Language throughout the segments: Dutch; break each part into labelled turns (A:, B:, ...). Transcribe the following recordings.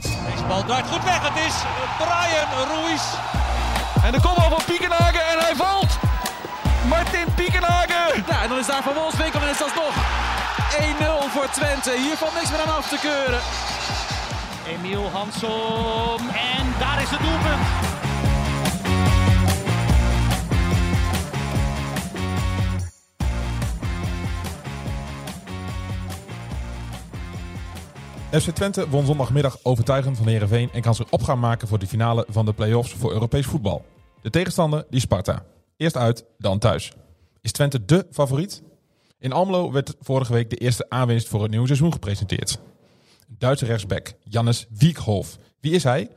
A: Deze bal draait goed weg. Het is Brian Ruiz.
B: En de combo van Piekenhagen en hij valt. Martin Piekenhagen.
A: Ja, en dan is daar Van Wolfswinkel en is dat nog 1-0 voor Twente. Hier valt niks meer aan af te keuren. Emiel Hansom en daar is het doelpunt.
C: FC Twente won zondagmiddag overtuigend van Herenveen en kan zich op gaan maken voor de finale van de play-offs voor Europees voetbal. De tegenstander die Sparta. Eerst uit, dan thuis. Is Twente dé favoriet? In Almelo werd vorige week de eerste aanwinst voor het nieuwe seizoen gepresenteerd. Duitse rechtsback Jannes Wiekhoff. Wie is hij?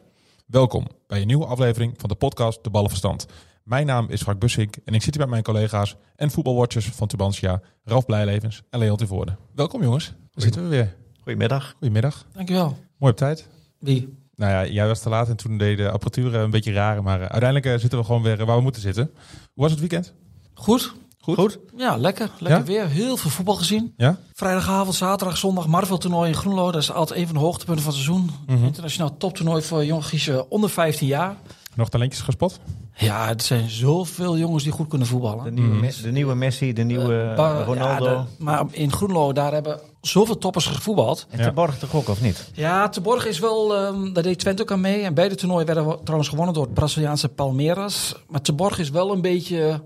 C: Welkom bij een nieuwe aflevering van de podcast De Ballenverstand. Mijn naam is Frank Bussink en ik zit hier met mijn collega's en voetbalwatchers van Tubantia, Ralf Blijlevens en Leon Tevoorde. Welkom jongens, daar zitten we weer.
B: Goedemiddag.
C: Goedemiddag.
A: Dankjewel.
C: Mooi op tijd.
A: Wie?
C: Nou ja, jij was te laat en toen deed de apparatuur eh, een beetje raar. Maar eh, uiteindelijk eh, zitten we gewoon weer eh, waar we moeten zitten. Hoe was het weekend?
D: Goed.
C: Goed?
D: Ja, lekker. Lekker
C: Ja?
D: weer. Heel veel voetbal gezien.
C: Ja?
D: Vrijdagavond, zaterdag, zondag Marvel toernooi in Groenlo. Dat is altijd een van de hoogtepunten van het seizoen. Internationaal toptoernooi voor jongens eh, onder 15 jaar.
C: Nog talentjes gespot?
D: Ja, het zijn zoveel jongens die goed kunnen
B: De
D: voetballen.
B: nieuwe,
E: Mm.
B: Me- de nieuwe Messi, de nieuwe
D: Eh,
B: eh,
D: ba-
B: Ronaldo.
D: ja, de- maar in Groenlo, daar hebben zoveel toppers gevoetbald.
B: En
C: Ja.
B: Te Borg toch ook, of niet?
D: Ja, Teborg is wel, ehm daar deed Twente ook aan mee. En beide toernooien werden wo- trouwens gewonnen door het Braziliaanse Palmeiras. Maar Teborg is wel een beetje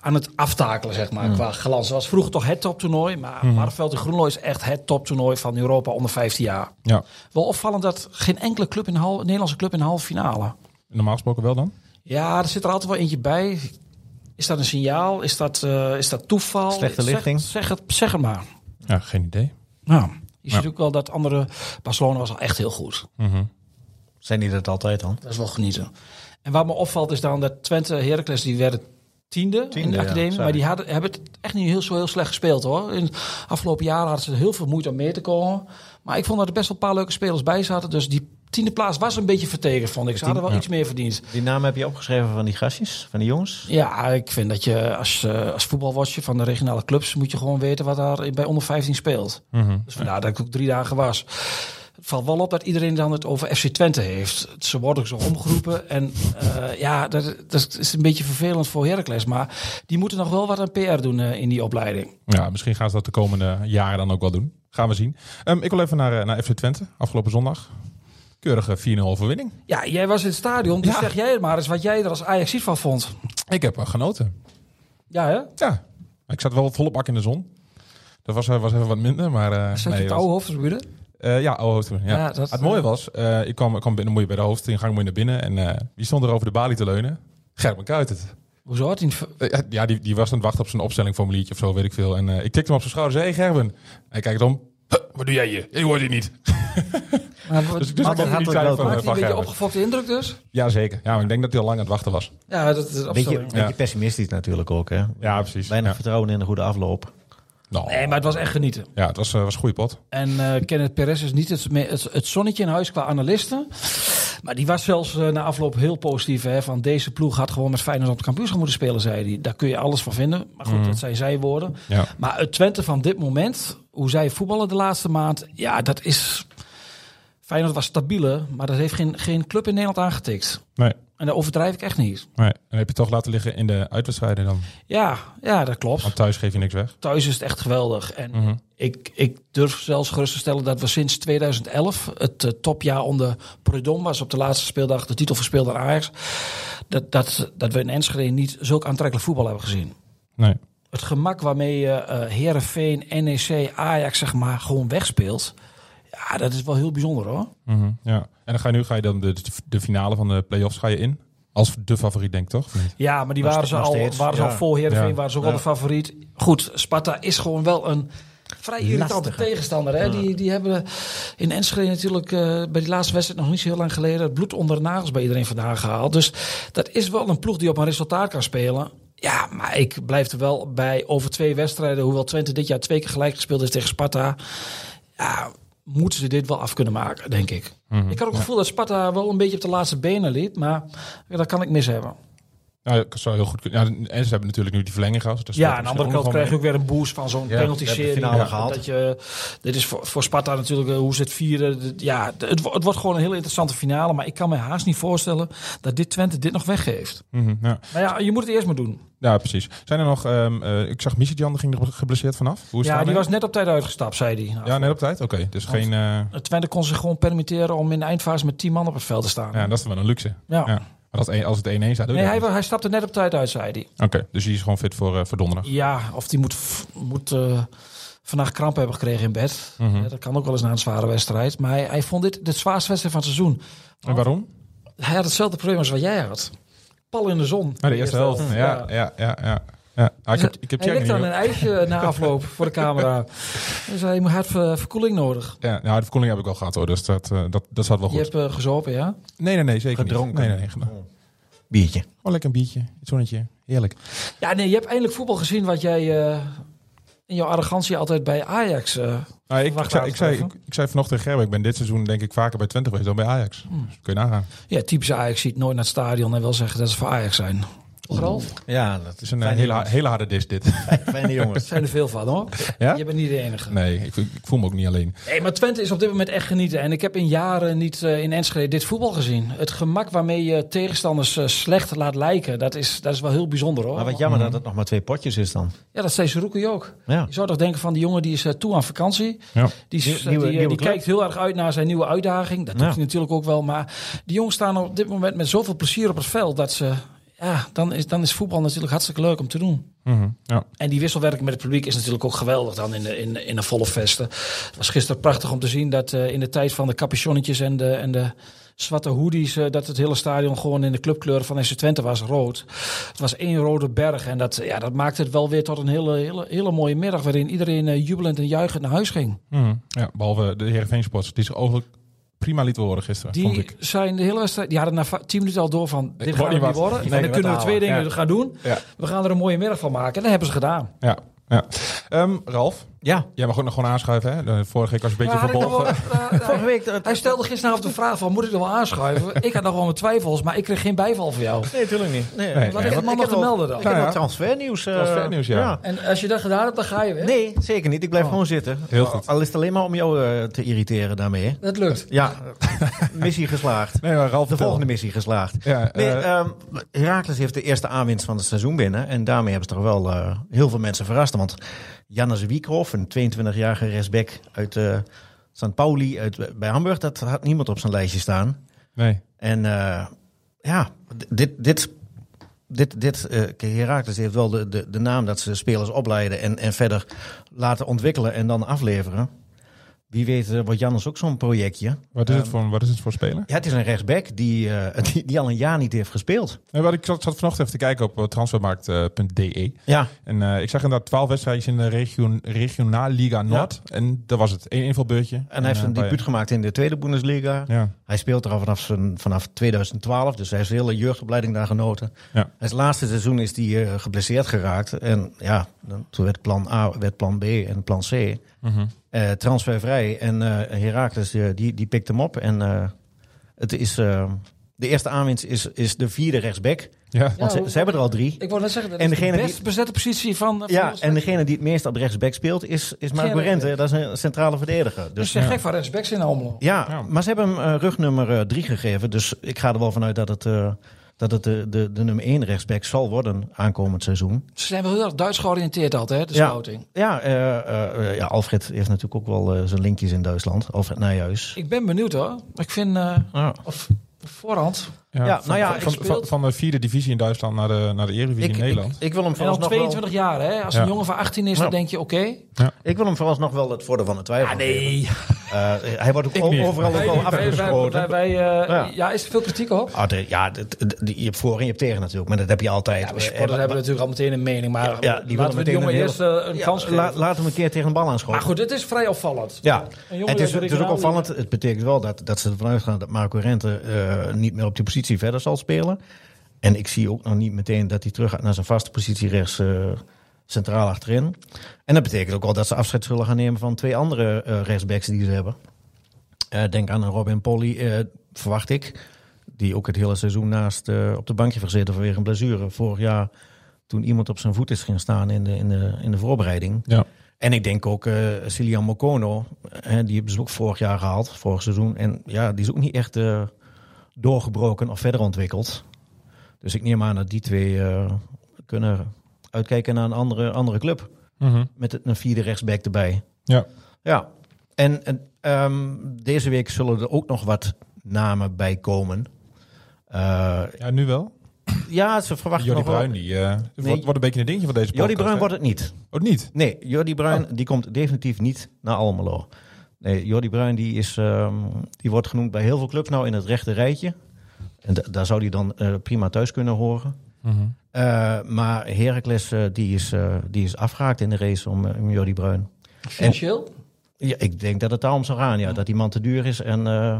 D: aan het aftakelen, zeg
B: Mm.
D: maar, qua glans. Het was vroeger toch het toptoernooi, maar
B: Mm-hmm.
D: Marveld in Groenlo is echt het toptoernooi van Europa onder 15 jaar.
C: Ja.
D: Wel opvallend dat geen enkele club in de hal, Nederlandse club in de halve finale.
C: Normaal gesproken wel dan?
D: Ja, er zit er altijd wel eentje bij. Is dat een signaal? Is dat, eh, is dat toeval?
B: Slechte
D: Zeg-
B: lichting.
D: Zeg, het, zeg het maar.
C: Ja, geen idee.
D: Nou, je
C: Ja.
D: ziet ook wel dat andere... Barcelona was al echt heel goed.
B: Zijn die dat altijd dan?
D: Dat is wel genieten. En wat me opvalt is dan dat Twente Heracles die werden tiende, in
B: Tiende,
D: de
B: ja,
D: academie.
B: sorry.
D: maar die hadden, hebben het echt niet heel, zo heel slecht gespeeld hoor. In de afgelopen jaren hadden ze heel veel moeite om mee te komen. Maar ik vond dat er best wel een paar leuke spelers bij zaten. Dus die tiende plaats was een beetje vertekend vond ik. Ze hadden wel iets meer verdiend.
B: Die naam heb je opgeschreven van die gastjes, van die jongens.
D: Ja, ik vind dat je als, eh, als voetbalwatcher van de regionale clubs... moet je gewoon weten wat daar bij onder 15 speelt.
C: Mhm.
D: Dus vandaar dat ik ook drie dagen was. Het valt wel op dat iedereen dan het over FC Twente heeft. Ze worden zo omgeroepen. En eh, ja, dat, dat is een beetje vervelend voor Heracles. Maar die moeten nog wel wat aan PR doen eh, in die opleiding.
C: Ja, misschien gaan ze dat de komende jaren dan ook wel doen. Gaan we zien. Ehm, ik wil even naar, eh, naar FC Twente, afgelopen zondag. Keurige 4-0 overwinning.
D: Ja, jij was in het stadion. Dus
C: Ja.
D: zeg jij het maar eens wat jij er als Ajax van vond.
C: Ik heb eh, genoten.
D: Ja, hè?
C: Ja, ik zat wel volle bak in de zon. Dat was, eh, was even wat minder, maar... eh,
D: Zat je
C: nee,
D: op de
C: dat-
D: oude hoofdtribune?
C: Eh, ja, oude hoofdtribune. Ja.
D: Ja, dat-
C: het mooie was, eh, ik kwam, ik kwam binnen, moet je bij de hoofdingang moet je naar binnen. En eh, wie stond er over de balie te leunen? Gerben Kuiten.
D: Hoezo had hij een ver-
C: Eh, Ja, die, die was aan het wachten op zijn opstellingformuliertje of zo, weet ik veel. En eh, ik tikte hem op zijn schouder en zei, hey Gerben. Hij kijkt om, "Huh, wat doe jij hier? Ik hoor je niet.
D: Maar wat-
C: Dus, dus
B: Maakt
C: dat
B: hij
C: niet
B: hartelijk
C: zijn
B: wel
D: maakte
C: van,
D: hij
C: van
D: een beetje
C: Gerben.
D: opgefokte indruk dus?
C: Ja, zeker. Ja, maar ik denk dat hij al lang aan het wachten was.
D: Ja, dat is de
B: Beetje,
D: opstelling.
B: beetje pessimistisch natuurlijk ook, hè?
C: Ja, precies.
B: Weinig
C: Ja.
B: vertrouwen in een goede afloop.
C: Nou,
D: Nee, maar het was echt genieten.
C: Ja, het was, eh, was een goede pot.
D: En eh Kenneth Perez is niet het, me- het, het zonnetje in huis qua analisten. Maar die was zelfs eh, na afloop heel positief. Hè, van deze ploeg had gewoon met Feyenoord op het kampioenschap moeten spelen, zei hij. Daar kun je alles van vinden. Maar goed, dat zijn zij woorden.
C: Ja.
D: Maar het Twente van dit moment, hoe zij voetballen de laatste maand. Ja, dat is... Feyenoord was stabieler, maar dat heeft geen, geen club in Nederland aangetikt.
C: Nee,
D: En daar overdrijf ik echt niet.
C: nee. En heb je toch laten liggen in de uitwedstrijden dan.
D: Ja, ja dat klopt.
C: Want thuis geef je niks weg.
D: thuis is het echt geweldig. En ik, ik durf zelfs gerust te stellen dat we sinds 2011, het eh, topjaar onder Prudom was op de laatste speeldag, de titel verspeelde aan Ajax, dat, dat, dat we in Enschede niet zulk aantrekkelijk voetbal hebben gezien.
C: Nee.
D: Het gemak waarmee je eh Herenveen, NEC, Ajax zeg maar gewoon wegspeelt, ja, dat is wel heel bijzonder hoor.
C: Mhm, Ja. En dan ga je nu ga je dan de, de finale van de play-offs ga je in. Als de favoriet, denk ik toch? Of niet?
D: Ja, maar die
B: Nog
D: waren
B: ste-
D: ze,
B: nog
D: al,
B: steeds,
D: waren ze
B: ja.
D: al voor Heerenveen,
C: Ja.
D: waren ze ook
B: Ja.
D: al de favoriet. Goed, Sparta is gewoon wel een vrij irritante
B: Lastige.
D: tegenstander. Hè? Die, die hebben in Enschede natuurlijk eh, bij die laatste wedstrijd nog niet zo heel lang geleden... het bloed onder de nagels bij iedereen vandaan gehaald. Dus dat is wel een ploeg die op een resultaat kan spelen. Ja, maar ik blijf er wel bij over twee wedstrijden. Hoewel Twente dit jaar twee keer gelijk gespeeld heeft tegen Sparta. Ja, moeten ze dit wel af kunnen maken, denk ik.
B: Mhm.
D: Ik had ook het gevoel dat Sparta wel een beetje op de laatste benen liep. Maar ja, dat kan ik mis hebben.
C: Nou, dat zou heel goed kunnen. Ja, en ze hebben natuurlijk nu die verlenging gehad. Dus
D: Ja, aan de andere kant krijg je ook weer een boost van zo'n
E: Ja, we
D: penalty-serie.
E: hebben de finale
D: Ja,
E: gehaald.
D: Dat je, dit is voor, voor Sparta natuurlijk, eh, hoe ze het vieren. D- Ja, d- het, wo- het wordt gewoon een hele interessante finale. Maar ik kan me haast niet voorstellen dat dit Twente dit nog weggeeft.
C: Mhm, ja.
D: Maar ja, je moet het eerst maar doen.
C: ja, precies. Zijn er nog... ehm, eh, ik zag Michidjan, die ging er geblesseerd vanaf. Hoe
D: Ja,
C: is het
D: die
C: daarmee?
D: was net op tijd uitgestapt, zei hij. Nou,
C: Ja, net op tijd? Oké, dus geen... eh,
D: Twente kon zich gewoon permitteren om in de eindfase met 10 man op het veld te staan.
C: ja, dat is wel een luxe.
D: Ja.
C: Maar dat, een- als het 1-1 zou
D: Nee,
C: doen... dan-
D: hij, wa- hij stapte net op tijd uit, zei hij.
C: Oké, dus die is gewoon fit voor, eh, voor donderdag.
D: Ja, of die moet, v- moet eh, vandaag kramp hebben gekregen in bed.
E: Mhm.
D: Ja, dat kan ook wel eens na een zware wedstrijd. Maar hij, hij vond dit de zwaarste wedstrijd van het seizoen.
C: En waarom?
D: Hij had hetzelfde probleem als wat jij had. Pal in de zon.
C: Nou, de eerste helft. Ja, ja, ja. ja, ja. Ah, ik heb, ik heb
D: hij
C: Tjerk
D: likt
C: niet
D: aan
C: meer.
D: een ijsje na afloop voor de camera. Dus hij had ver- verkoeling nodig.
C: Ja, nou, de verkoeling heb ik al gehad hoor, dus dat, eh, dat, dat zat wel
D: Je
C: goed.
D: hebt eh, gezopen, ja?
C: Nee, nee, nee, zeker
E: Gedronken.
C: niet. Nee, nee, nee. Gewoon
E: Biertje.
C: Oh, lekker een biertje, het zonnetje, heerlijk.
D: Ja, nee, je hebt eindelijk voetbal gezien wat jij eh, in jouw arrogantie altijd bij Ajax... eh,
C: Nou, ik,
D: Wacht,
C: ik, zei, ik, zei, ik,
D: even.
C: ik zei vanochtend tegen Gerben, ik ben dit seizoen denk ik vaker bij Twente geweest dan bij Ajax.
D: Hmm.
C: Dus kun je nagaan.
D: ja, typische Ajax ziet nooit naar het stadion en wil zeggen dat ze voor Ajax zijn. Ralf?
E: Ja, dat
C: Het is een eh,
E: Fijne
C: hele,
E: jongens.
C: hele harde dis dit.
E: Fijne jongens.
D: zijn er veel van, hoor.
C: Ja?
D: Je bent niet de enige.
C: Nee, ik, ik voel me ook niet alleen.
D: Nee, maar Twente is op dit moment echt genieten. En ik heb in jaren niet eh, in Enschede dit voetbal gezien. Het gemak waarmee je tegenstanders eh, slecht laat lijken, dat is, dat is wel heel bijzonder hoor.
E: Maar wat jammer dat het nog maar twee potjes is dan.
D: Ja, dat zei Zerouki ook.
E: Ja.
D: Je zou toch denken van die jongen die is eh, toe aan vakantie.
C: Ja.
D: Die, is, eh, die,
E: nieuwe-
D: eh, die
E: nieuwe club.
D: kijkt heel erg uit naar zijn nieuwe uitdaging. Dat doet
E: Ja.
D: hij natuurlijk ook wel. Maar die jongens staan op dit moment met zoveel plezier op het veld dat ze... Ja, dan is, dan is voetbal natuurlijk hartstikke leuk om te doen.
C: Mhm, ja.
D: En die wisselwerking met het publiek is natuurlijk ook geweldig dan in de, in, in de volle vesten. Het was gisteren prachtig om te zien dat eh, in de tijd van de capuchonnetjes en de, en de zwarte hoodies... eh, dat het hele stadion gewoon in de clubkleur van SC Twente was rood. Het was één rode berg en dat, ja, dat maakte het wel weer tot een hele, hele, hele mooie middag... waarin iedereen eh, jubelend en juichend naar huis ging.
C: Mhm. ja behalve de Heerenveen Sports, die zich overigens prima liet horen gisteren, vond
D: Die
C: ik.
D: zijn de hele wedstrijd... Die hadden na va- tien minuten al door van dit
C: word
D: gaat
C: niet
D: het niet
C: wat.
D: worden.
C: Nee,
D: En
C: wat
D: dan kunnen we
E: halen.
D: twee dingen
C: Ja.
D: gaan doen.
C: Ja.
D: We gaan er een mooie middag van maken. En dat hebben ze gedaan.
C: Ja. ja. Ehm, Ralf,
E: Ja,
C: jij mag ook nog gewoon aanschuiven hè? De vorige week was je een beetje
D: Ja, had ik
C: verbolgen.
D: nog wel- eh,
E: vorige week... dat-
D: Hij stelde gisteravond de vraag van, moet ik er wel aanschuiven? ik had nog wel mijn twijfels, maar ik kreeg geen bijval van jou.
E: Nee, natuurlijk niet. Nee,
C: Nee,
D: Wat
C: nee,
D: is het man nog te melden dan?
E: Ik
C: Nou
E: heb
C: ja.
E: nog transfernieuws. eh,
C: Transfernieuws, ja.
D: En als je dat gedaan hebt, dan ga je weer.
E: Nee, zeker niet. Ik blijf gewoon zitten.
C: Heel goed.
E: Al is het alleen maar om jou eh, te irriteren daarmee. hè.
D: Dat lukt.
E: Ja, missie geslaagd.
C: Nee, maar Ralf,
E: De
C: vertel.
E: volgende missie geslaagd.
C: Ja,
E: Nee,
C: eh,
E: ehm, Heracles heeft de eerste aanwinst van het seizoen binnen. En daarmee hebben ze toch wel eh, heel veel mensen verrast. Want Jannes Wiekhoff, een 22-jarige rechtsback uit eh St. Pauli uit, bij Hamburg, dat had niemand op zijn lijstje staan.
C: nee.
E: En eh, ja, d- dit. dit dit, dit eh, kijk, Heracles heeft wel de, de, de naam dat ze spelers opleiden en, en verder laten ontwikkelen en dan afleveren. Wie weet eh, wordt Jannes ook zo'n projectje.
C: Wat is, het
D: eh,
C: voor, wat is het voor speler?
E: Ja, het is een rechtsback die, eh, die, die al een jaar niet heeft gespeeld.
C: Nee, wat ik zat, zat vanochtend even te kijken op eh, transfermarkt.de.
E: Ja,
C: En eh, ik zag inderdaad twaalf wedstrijdjes in de regio regionaal Liga Noord. En dat was het. Eén invalbeurtje.
E: en hij heeft
C: eh,
E: een
C: bij-
E: debuut gemaakt in de tweede Bundesliga.
C: Ja.
E: Hij speelt er al vanaf, zijn, vanaf 2012, dus hij heeft de hele jeugdopleiding daar genoten.
C: Ja.
E: Het laatste seizoen is hij eh, geblesseerd geraakt. En ja, dan, toen werd plan A, werd plan B en plan C eh, transfervrij. En eh Heracles, eh, die, die pikt hem op. En eh, het is, eh, de eerste aanwinst is, is de vierde rechtsback.
C: Ja.
E: Want
D: hoe-
E: ze, ze hebben er al drie.
D: Ik wou net zeggen, dat
E: En
D: is de
E: degene die-
D: best bezette positie van... eh, van
E: Ja,
D: ons.
E: en degene die het meest op rechtsback speelt is, is Marco
D: Gerrit.
E: Rente. Dat is een centrale verdediger.
D: Dus
E: Dus,
D: zijn gek van rechtsbacks in Almelo.
E: ja,
C: Ja.
E: maar ze hebben hem eh, rugnummer 3 gegeven. Dus ik ga er wel vanuit dat het, eh, dat het de, de, de nummer 1 rechtsback zal worden aankomend seizoen.
D: Ze zijn wel heel erg Duits georiënteerd altijd, hè, de
E: Ja.
D: scouting.
E: Ja, eh, eh, eh, ja, Alfred heeft natuurlijk ook wel eh, zijn linkjes in Duitsland. Alfred Nijhuis.
D: Ik ben benieuwd hoor. Ik vind... eh,
E: Ja.
D: of, op voorhand.
C: Ja,
E: Ja,
C: van,
E: nou ja,
C: van-
E: hij
C: van,
D: speelt-
C: van- van de vierde divisie in Duitsland naar de, naar de Eredivisie
E: Ik,
C: in
E: ik,
C: Nederland.
E: ik wil hem
D: En al
E: vooralsnog wel,
D: 22 jaar, hè. Als
C: Ja.
D: een jongen van 18 is,
E: Nou.
D: dan denk je, oké.
E: ik wil hem vooralsnog wel het voordeel van de
D: Ah,
E: twijfel geven. Eh, hij wordt ook
C: niet.
E: o- overal ook wel
D: Wij,
E: afgeschoten.
D: wij, eh,
E: Ja.
D: ja. is er veel kritiek op?
E: Ah, de- ja, dat- dat- die- je hebt voor en je hebt tegen natuurlijk, maar dat heb je altijd.
D: Ja, maar
E: Eh,
D: supporters hebben natuurlijk al meteen een mening. Maar
E: ja, die willen
D: laten we de
E: meteen
D: jongen
E: een hele-
D: eerst eh, een
E: Ja,
D: kans geven.
E: la- laat hem een keer tegen een bal aanschoten.
D: Maar goed, het is vrij opvallend.
E: Ja,
D: Een
E: en
D: jongen
E: het is,
D: uit de
E: het is ook
D: regionale
E: opvallend. Het betekent wel dat, dat ze ervan uitgaan dat Marco Rente eh, niet meer op die positie verder zal spelen. En ik zie ook nog niet meteen dat hij terug gaat naar zijn vaste positie rechts eh, centraal achterin. En dat betekent ook al dat ze afscheid zullen gaan nemen van twee andere eh, rechtsbacks die ze hebben. Eh, denk aan een Robin Polly, eh, verwacht ik. Die ook het hele seizoen naast eh, op de bankje heeft gezeten vanwege een blessure. Vorig jaar toen iemand op zijn voet is gaan staan in de, in de, in de voorbereiding.
C: Ja.
E: En ik denk ook eh Cilian Mokono, hè, die hebben ze ook vorig jaar gehaald, vorig seizoen. En ja, die is ook niet echt eh, doorgebroken of verder ontwikkeld. Dus ik neem aan dat die twee eh, kunnen uitkijken naar een andere, andere club.
C: Mhm.
E: Met een vierde rechtsback erbij.
C: Ja.
E: Ja, en, en, ehm, deze week zullen er ook nog wat namen bij komen. Eh,
C: ja, nu wel.
E: ja, ze verwachten
C: Jordi
E: nog wel-
C: Bruin, die eh, wordt, wordt een beetje een dingetje van deze podcast.
E: Jordi Bruin
C: hè?
E: wordt het niet.
C: Ook niet?
E: Nee, Jordi Bruin
D: Oh.
E: die komt definitief niet naar Almelo. Nee, Jordi Bruin die is, ehm, die wordt genoemd bij heel veel clubs nou in het rechte rijtje. En da- daar zou die dan eh, prima thuis kunnen horen.
C: Mhm.
E: Eh, maar Heracles eh, die is, eh, die is afgehaakt in de race om, eh, om Jordi Bruin.
D: Financieel?
E: Ja, ik denk dat het daarom zou gaan. Ja. Dat die man te duur is en eh,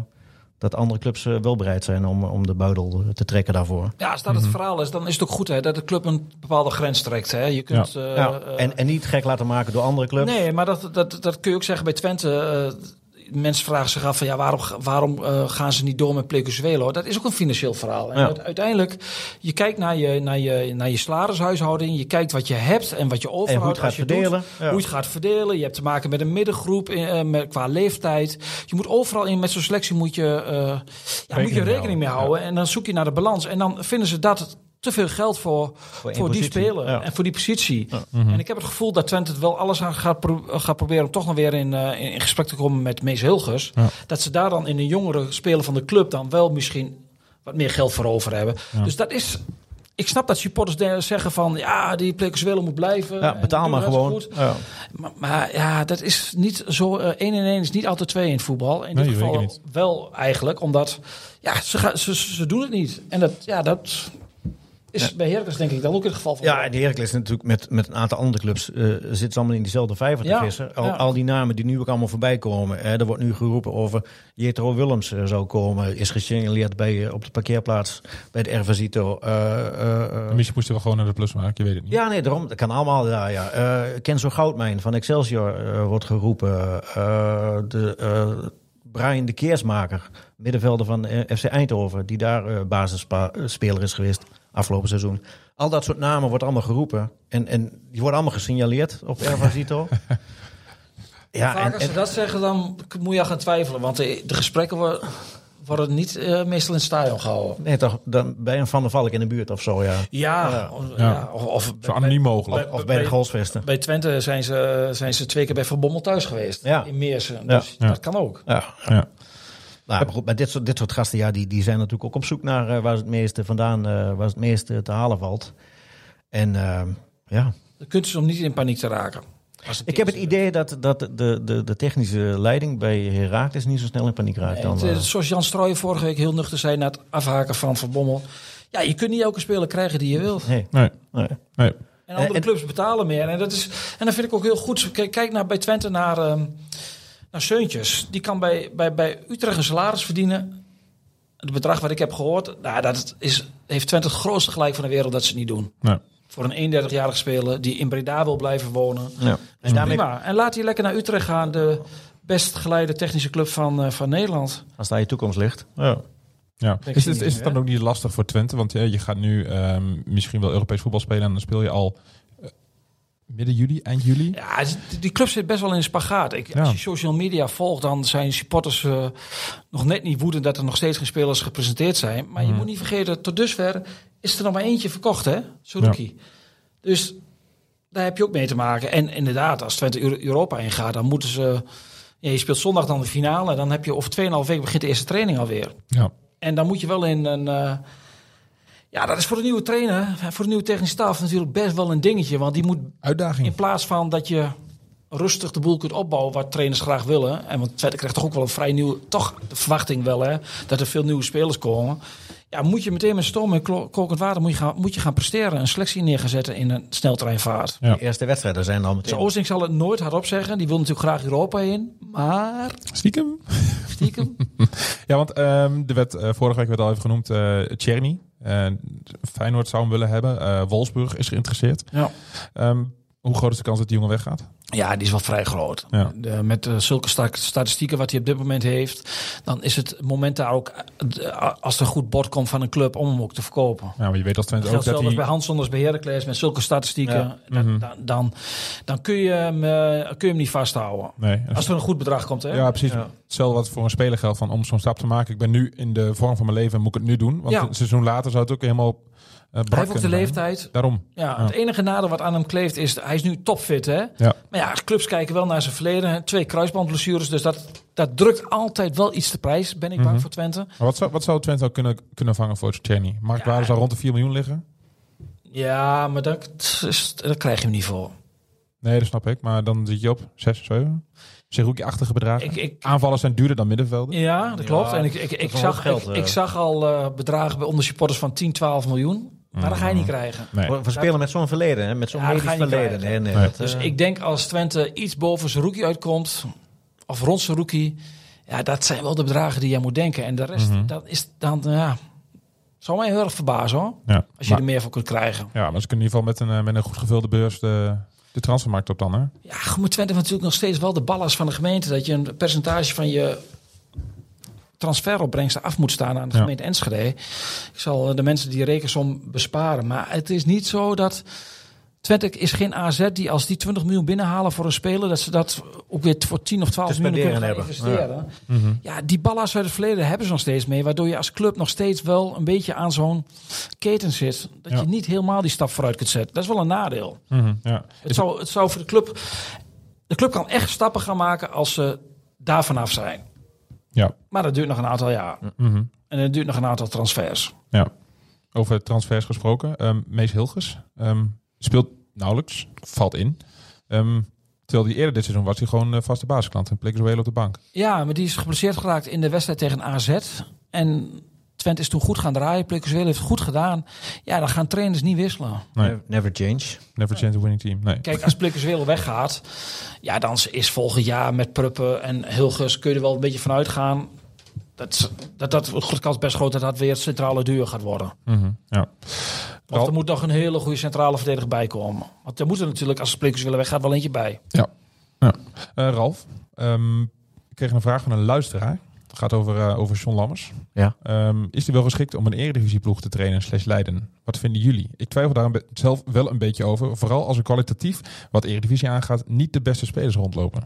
E: dat andere clubs eh, wel bereid zijn om, om de buidel eh, te trekken daarvoor.
D: Ja, als dat het verhaal is, dan is het ook goed hè, dat de club een bepaalde grens trekt. Hè. Je kunt, eh,
E: ja.
D: eh,
E: Nou, en, en niet gek laten maken door andere clubs.
D: Nee, maar dat, dat, dat kun je ook zeggen bij Twente. eh, mensen vragen zich af van ja, waarom, waarom eh, gaan ze niet door met Plecozuelo? Dat is ook een financieel verhaal. En
E: Ja.
D: uite- uiteindelijk, je kijkt naar je, naar, je, naar je salarishuishouding. Je kijkt wat je hebt en wat je overhoudt.
E: en hoe het gaat
D: als je
E: verdelen.
D: doet,
E: Ja.
D: Hoe je het gaat verdelen. Je hebt te maken met een middengroep eh, met, qua leeftijd. Je moet overal in met zo'n selectie moet je, eh, ja, moet je
C: mee
D: rekening mee houden. En dan zoek je naar de balans. En dan vinden ze dat het te veel geld voor, voor,
E: één
D: die
E: positie.
D: speler
E: Ja. Mhm.
D: en voor die positie. En ik heb het gevoel dat Twente het wel alles aan gaat, pro- gaat proberen om toch nog weer in, eh, in, in gesprek te komen met Mees Hilgers.
C: Ja.
D: Dat ze daar dan in een jongere speler van de club dan wel misschien wat meer geld voor over hebben. Dus dat is. Ik snap dat supporters de- zeggen van ja, die Plekozuelo moet blijven.
E: Ja,
D: en
E: betaal
D: eh, doe
E: maar
D: dat
E: gewoon.
D: goed.
E: Ja.
D: Maar, maar ja, dat is niet zo. eh, één en één is niet altijd twee in het voetbal. In dit
C: Nee,
D: geval
C: zeker niet.
D: wel eigenlijk, omdat ja, ze, gaan, ze, ze ze doen het niet. En dat, ja, dat is bij Herkens denk ik dan ook het geval. Van
E: Ja, en die Heracles natuurlijk met, met een aantal andere clubs eh zit allemaal in diezelfde vijver te
D: Ja,
E: vissen. Al,
D: ja.
E: al die namen die nu ook allemaal voorbij komen. Hè, er wordt nu geroepen over Jetro Willems eh, zou komen. Is gesignaleerd bij, eh, op de parkeerplaats bij de Ervasito. Eh, eh, eh,
C: Misschien moest hij wel gewoon naar de plus maken, je weet het niet.
E: ja, nee, daarom. Dat kan allemaal. Ja, ja. Eh, Kenzo Goudmijn van Excelsior eh, wordt geroepen. Eh, de, eh, Brian de Keersmaker, middenvelder van eh, FC Eindhoven, die daar eh, basisspeler is geweest afgelopen seizoen. Al dat soort namen wordt allemaal geroepen. En, en die worden allemaal gesignaleerd op Ervasito. ja,
D: Vaak
E: en,
D: als ze
E: en-
D: dat zeggen, dan k- moet je al gaan twijfelen. Want eh, de, de gesprekken wo- worden niet eh, meestal in het stadion gehouden.
E: nee, toch, dan, bij een Van der Valk in de buurt of zo, ja.
D: Ja, of,
C: Ja.
D: ja, of, of
C: Zo anoniem mogelijk.
E: Of bij de goalsvesten.
D: bij Twente zijn ze, zijn ze twee keer bij Van Bommel thuis geweest.
E: Ja.
D: In Meersen.
E: Ja.
D: Dus
C: Ja.
D: dat kan ook.
E: Ja,
C: Ja.
E: Nou, maar goed, maar dit soort, dit soort gasten, ja, die, die zijn natuurlijk ook op zoek naar eh, waar het meeste vandaan, eh, waar het meeste te halen valt. En eh, ja,
D: Dan kunt ze om niet in paniek te raken. Als
E: ik heb het
D: idee.
E: idee dat, dat de, de, de technische leiding bij Herakles niet zo snel in paniek raakt. Dan,
D: En het
E: eh.
D: is zoals Jan Strooijen vorige week heel nuchter zei na het afhaken van Van Bommel. Ja, je kunt niet elke speler krijgen die je wilt.
E: nee,
C: Nee,
E: nee.
C: nee.
D: En andere
E: En-
D: clubs betalen meer. En dat, is, en dat vind ik ook heel goed. Kijk, kijk naar, bij Twente naar, ehm, naar Seuntjes. Die kan bij, bij, bij Utrecht een salaris verdienen. Het bedrag wat ik heb gehoord, nou, dat is, heeft Twente het grootste gelijk van de wereld dat ze het niet doen.
C: nee.
D: Voor een 31-jarige speler die in Breda wil blijven wonen.
E: Ja. En Dus daarmee,
D: Prima. En laat hij lekker naar Utrecht gaan. De best geleide technische club van, eh, van Nederland.
E: als daar je toekomst ligt. Ja.
C: Ja.
D: ik
C: Is,
D: zie
C: het,
D: niet,
C: is het dan
D: hè?
C: ook niet lastig voor Twente? Want ja, je gaat nu ehm, misschien wel Europees voetbal spelen en dan speel je al eh, midden juli, eind juli.
D: Ja, het is- die club zit best wel in een spagaat. Ik,
C: Ja.
D: Als je social media volgt, dan zijn supporters eh, nog net niet woedend dat er nog steeds geen spelers gepresenteerd zijn. Maar je moet niet vergeten, tot dusver is er nog maar eentje verkocht, hè? Suzuki. Dus daar heb je ook mee te maken. En inderdaad, als Twente Euro- Europa ingaat, dan moeten ze... Ja, je speelt zondag dan de finale. Dan heb je over 2,5 weken begint de eerste training alweer.
C: Ja.
D: En dan moet je wel in een. eh, ja, dat is voor de nieuwe trainer, en voor de nieuwe technische staf natuurlijk best wel een dingetje. Want die moet in
C: Uitdaging.
D: plaats van dat je rustig de boel kunt opbouwen wat trainers graag willen. En want verder krijgt toch ook wel een vrij nieuw, toch de verwachting wel hè, dat er veel nieuwe spelers komen. Ja, moet je meteen met stoom en klo- kokend water moet je, gaan, moet je gaan presteren. Een selectie neer gaan zetten in een sneltreinvaart.
C: Ja.
E: De eerste wedstrijden zijn dan
D: Dus
E: meteen.
D: Oosting zal het nooit hardop zeggen. Die wil natuurlijk graag Europa in. Maar
C: Stiekem.
D: stiekem.
C: Ja, want ehm, er werd, eh, vorige week werd al even genoemd eh Tjerni. Eh, Feyenoord zou hem willen hebben. Eh, Wolfsburg is geïnteresseerd.
D: Ja.
C: Ehm, hoe groot is de kans dat die jongen weggaat?
D: Ja, die is wel vrij groot.
C: Ja.
D: De- met eh, zulke sta- statistieken wat hij op dit moment heeft, dan is het moment daar ook, eh, als er een goed bod komt van een club, om hem ook te verkopen.
C: Ja, maar je weet als Twente ook
D: Geldt
C: dat Mhm.
D: zelfs
C: hij...
D: bij Hanson als bij Heracles met zulke statistieken.
E: Ja.
D: Dan, dan, dan, dan kun, je hem, eh, kun je hem niet vasthouden.
C: Nee,
D: Als er een goed bedrag komt, hè?
C: Ja, precies.
E: Ja.
C: Hetzelfde wat voor een speler geldt van om zo'n stap te maken. Ik ben nu in de vorm van mijn leven en moet ik het nu doen. Want
D: Ja.
C: een seizoen later zou het ook helemaal eh brak
D: Hij heeft ook de
C: kunnen zijn.
D: leeftijd.
C: Daarom.
D: Ja, Het enige nadeel wat aan hem kleeft is, hij is nu topfit, hè?
C: Ja.
D: Maar ja, clubs kijken wel naar zijn verleden. hè. Twee kruisbandblessures, dus dat, dat drukt altijd wel iets de prijs, ben ik bang
C: Mhm.
D: voor Twente.
C: Maar wat zou, wat zou Twente ook kunnen, kunnen vangen voor Czerny? Marktwaarde
D: Ja.
C: zou rond de 4 miljoen liggen.
D: Ja, maar dat, is- dat krijg je hem niet voor.
C: Nee, dat snap ik. Maar dan zit je op 6, 7. Zeroekje-achtige bedragen.
D: Ik, ik,
C: Aanvallers zijn duurder dan middenvelden.
D: ja, dat klopt. en ik, ik,
E: dat is
D: ik,
E: wel
D: zag,
E: wat geld,
D: ik,
E: eh.
D: ik zag al eh, bedragen bij onder supporters van 10, 12 miljoen. Maar
C: Mhm.
D: dat ga je niet krijgen.
C: Nee.
E: Voor, voor spelen met zo'n verleden, hè? met zo'n
D: Ja, dat
E: medisch
D: ga je niet
E: verleden.
D: krijgen.
E: Nee, nee,
C: Nee.
E: dat,
D: Dus
E: eh,
D: ik denk als Twente iets boven zijn rookie uitkomt, of rond zijn rookie, ja, dat zijn wel de bedragen die jij moet denken. En de rest,
C: Mhm.
D: dat is dan, eh, ja, zou mij heel erg verbazen hoor.
C: Ja.
D: Als je
C: Maar,
D: er meer voor kunt krijgen.
C: ja, maar ze kunnen in ieder geval met een, eh, met een goed gevulde beurs de, de transfermarkt op dan. Hè?
D: Ja, je moet Twente heeft natuurlijk nog steeds wel de ballast van de gemeente. Dat je een percentage van je transferopbrengsten af moet staan aan de
C: Ja.
D: gemeente Enschede. Ik zal eh, de mensen die rekensom besparen. Maar het is niet zo dat... Twente is geen AZ die als die 20 miljoen binnenhalen voor een speler... dat ze dat ook weer voor 10 of 12
E: Te
D: miljoen kunnen gaan
E: spenderen hebben.
D: investeren. Ja. die ballast uit het verleden hebben ze nog steeds mee. Waardoor je als club nog steeds wel een beetje aan zo'n keten zit. Dat
C: Ja.
D: je niet helemaal die stap vooruit kunt zetten. Dat is wel een nadeel.
C: Mhm, ja.
D: Het zou, het zou voor de club. De club kan echt stappen gaan maken als ze daar vanaf zijn.
C: ja.
D: Maar dat duurt nog een aantal jaar.
C: Mhm.
D: En dat duurt nog een aantal transfers.
C: Ja. Over transfers gesproken. ehm Mees Hilgers ehm, speelt nauwelijks, valt in. Ehm, terwijl hij eerder dit seizoen was hij gewoon eh, vaste basisklant en plekzueel op de bank.
D: Ja, maar die is geblesseerd geraakt in de wedstrijd tegen AZ. En Twente is toen goed gaan draaien. Plekkerswil heeft het goed gedaan. Ja, dan gaan trainers niet wisselen.
C: Nee.
E: never- Never change.
C: Never change a winning team. Nee.
D: Kijk, als Plekkerswil weggaat... Ja, dan is volgend jaar met Pruppen en Hilgers... kun je er wel een beetje van uitgaan... Dat, dat, dat de kans best groot dat dat weer het centrale duur gaat worden.
C: Mhm, ja. Nou.
D: Want er moet nog een hele goede centrale verdediger bij komen. Want er moet er natuurlijk, als de sprekers willen weggaan, wel eentje bij.
C: Eh, Ralf, ehm, ik kreeg een vraag van een luisteraar. Het gaat over, eh, over John Lammers.
E: Ja.
C: Ehm, is hij wel geschikt om een eredivisieploeg te trainen slash leiden? Wat vinden jullie? Ik twijfel daar een be- zelf wel een beetje over. Vooral als er kwalitatief, wat eredivisie aangaat, niet de beste spelers rondlopen.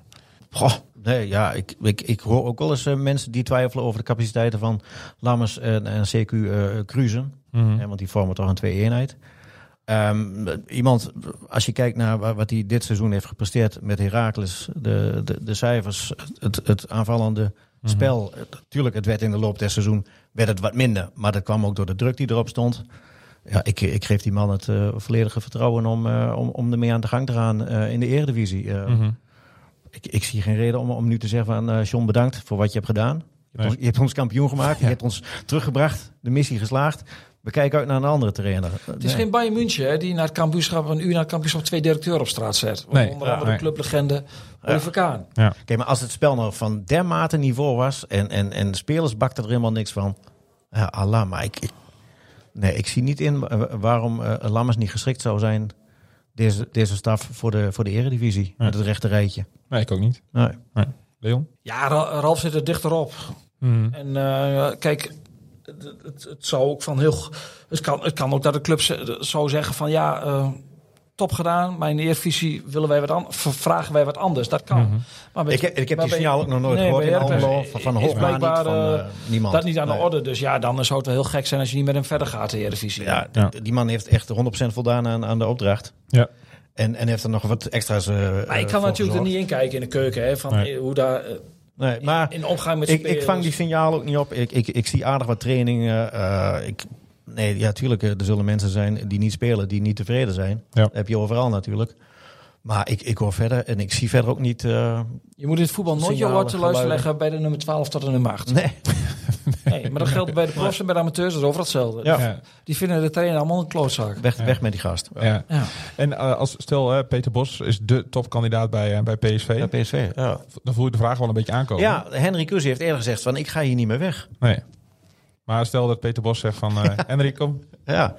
E: Goh, nee, ja, ik, ik, ik hoor ook wel eens eh, mensen die twijfelen over de capaciteiten van Lammers en, en CQ eh Cruisen.
C: Mhm.
E: Hè, want die vormen toch een twee-eenheid. Ehm, iemand, als je kijkt naar wa- wat hij dit seizoen heeft gepresteerd met Heracles, de, de, de cijfers, het, het aanvallende spel. Natuurlijk, het werd in de loop des seizoen werd het wat minder. Maar dat kwam ook door de druk die erop stond. Ja, ik, ik geef die man het eh, volledige vertrouwen om, eh om, om ermee aan de gang te gaan eh, in de Eredivisie. Eh,
C: Mhm.
E: ik, ik zie geen reden om, om nu te zeggen van eh John, bedankt voor wat je hebt gedaan. Je hebt,
C: Nee.
E: ons, je hebt ons kampioen gemaakt, je hebt ons teruggebracht, de missie geslaagd. We kijken uit naar een andere trainer.
D: Het is geen Bayern München hè, die naar het kampioenschap, een uur naar het kampioenschap twee directeuren op straat zet.
C: Nee,
D: Onder
C: ja,
D: andere
C: nee.
D: clublegende Oliver Kaan.
E: Kijk, maar als het spel nou van dermate niveau was en, en, en de spelers bakten er helemaal niks van. Ja, Allah, maar ik, ik- nee, ik zie niet in wa- wa- waarom eh Lammers niet geschikt zou zijn, deze, deze staf, voor de, voor de eredivisie. Met het rechte rijtje.
C: Nee, ik ook niet.
E: Nee.
C: Leon?
D: Ja, Ra- Ralf zit er dichterop. En eh, kijk, het, het, het zou ook van heel. g- Het kan, het kan ook dat de club ze- zou zeggen van ja. eh, Top gedaan, maar in de Eredivisie willen wij wat an- v- vragen wij wat anders. Dat kan.
C: Mhm.
D: Maar bij-
E: Ik, heb- ik heb
D: maar
E: die
D: bij-
E: signaal ook nog nooit
D: nee,
E: gehoord
D: bij
E: in
D: Heracles
E: Almelo, van, van
D: is
E: Hofma niet,
D: blijkbaar,
E: van eh,
D: eh,
E: niemand.
D: Dat niet aan de
E: Nee.
D: orde. Dus ja, dan zou het wel heel gek zijn als je niet met hem verder gaat in de Eredivisie.
E: Ja,
C: Ja.
E: d- die man heeft echt 100% voldaan aan, aan de opdracht.
C: Ja.
E: En, en heeft er nog wat extra's. eh,
D: maar ik kan
E: eh, voor
D: natuurlijk er
E: gezorgd.
D: niet in kijken in de keuken. Hè, van
C: Nee.
D: eh, hoe daar eh,
E: Nee, maar
D: in de omgang met
E: ik, ik
D: spelers.
E: vang die signalen ook niet op. Ik, ik, ik zie aardig wat trainingen. eh, ik, nee, ja, tuurlijk. eh, Er zullen mensen zijn die niet spelen, die niet tevreden zijn.
C: Ja.
E: Dat heb je overal natuurlijk. Maar ik, ik hoor verder en ik zie verder ook niet. eh,
D: Je moet in het voetbal nooit je
E: Signalen,
D: oor te luisteren
E: geluiden.
D: leggen bij de nummer 12 tot de nummer 8.
E: nee.
D: Nee, maar dat geldt bij de profs en bij de amateurs. Dat is overal hetzelfde.
E: Ja.
C: Ja.
D: Die vinden de trainer allemaal een klootzak.
E: Weg, weg met die gast.
C: Ja.
D: Ja.
C: En eh, als stel, eh, Peter Bos is de topkandidaat bij, eh, bij PSV.
E: Bij PSV. Ja.
C: Dan voel je de vraag wel een beetje aankomen.
E: ja, Henry Kuzi heeft eerder gezegd: van ik ga hier niet meer weg.
C: Nee. Maar stel dat Peter Bos zegt van... eh Henry, kom.
E: Ja,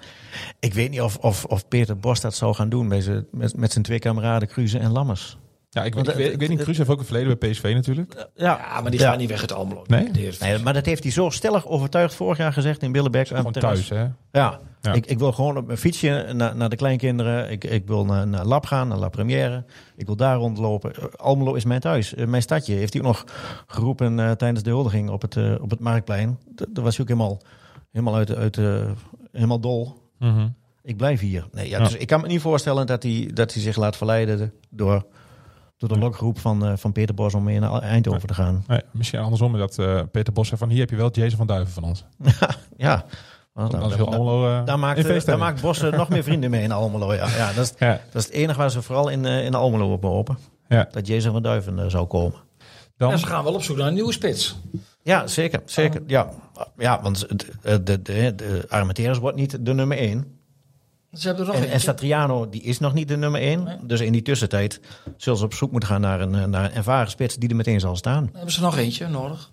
E: ik weet niet of, of, of Peter Bos dat zou gaan doen met zijn- met, met zijn twee kameraden Cruze en Lammers.
C: Ja, ik,
E: Want,
C: weet- ik weet,
E: eh,
C: ik weet niet, Cruz heeft ook een verleden bij PSV natuurlijk.
D: Ja, maar die gaan niet weg uit Almelo.
C: Nee?
D: De heer-
E: Nee, maar dat heeft hij zo stellig overtuigd vorig jaar gezegd in Billenbeck. aan
C: Gewoon
E: het terras.
C: thuis, hè?
E: Ja,
C: Ja.
E: Ik, ik wil gewoon op mijn fietsje naar, naar de kleinkinderen. Ik, ik wil naar, naar Lab gaan, naar La Première. Ik wil daar rondlopen. Eh, Almelo is mijn thuis, eh, mijn stadje. Heeft hij ook nog geroepen eh, tijdens de huldiging op het, eh, op het Marktplein. D- Daar was hij ook helemaal, helemaal, uit, uit, eh, helemaal dol.
C: Mhm.
E: Ik blijf hier. Nee, ja,
C: Ja.
E: Dus ik kan me niet voorstellen dat hij, dat hij zich laat verleiden door, door de lokroep van, eh, van Peter Bos om mee naar Eindhoven te gaan.
C: Nee, misschien andersom, dat eh, Peter Bos zegt van... Hier heb je wel Jason van Duiven van ons.
D: Nou,
E: Ja, want
C: Dan
E: dan-
C: is heel
E: dan-
C: Almelo eh,
E: Daar maakt,
C: in
E: eh, daar
C: feeststemming.
E: maakt Bos eh, nog meer vrienden mee in Almelo. Ja. Ja, dat, is,
C: Ja.
E: dat is het enige waar ze vooral in, eh, in Almelo op hopen.
C: Ja.
E: Dat Jason van Duiven eh, zou komen.
D: Ja,
C: Dan,
D: ze gaan wel op zoek naar een nieuwe spits.
E: Ja, zeker. zeker. Ja. ja, want het- eh, de, de, de Armenteros wordt niet de nummer één.
D: Ze hebben er nog
E: En, en
D: eentje.
E: Satriano die is nog niet de nummer één. Dus in die tussentijd zullen ze op zoek moeten gaan naar een, eh, naar een ervaren spits die er meteen zal staan.
D: hebben ze nog eentje nodig?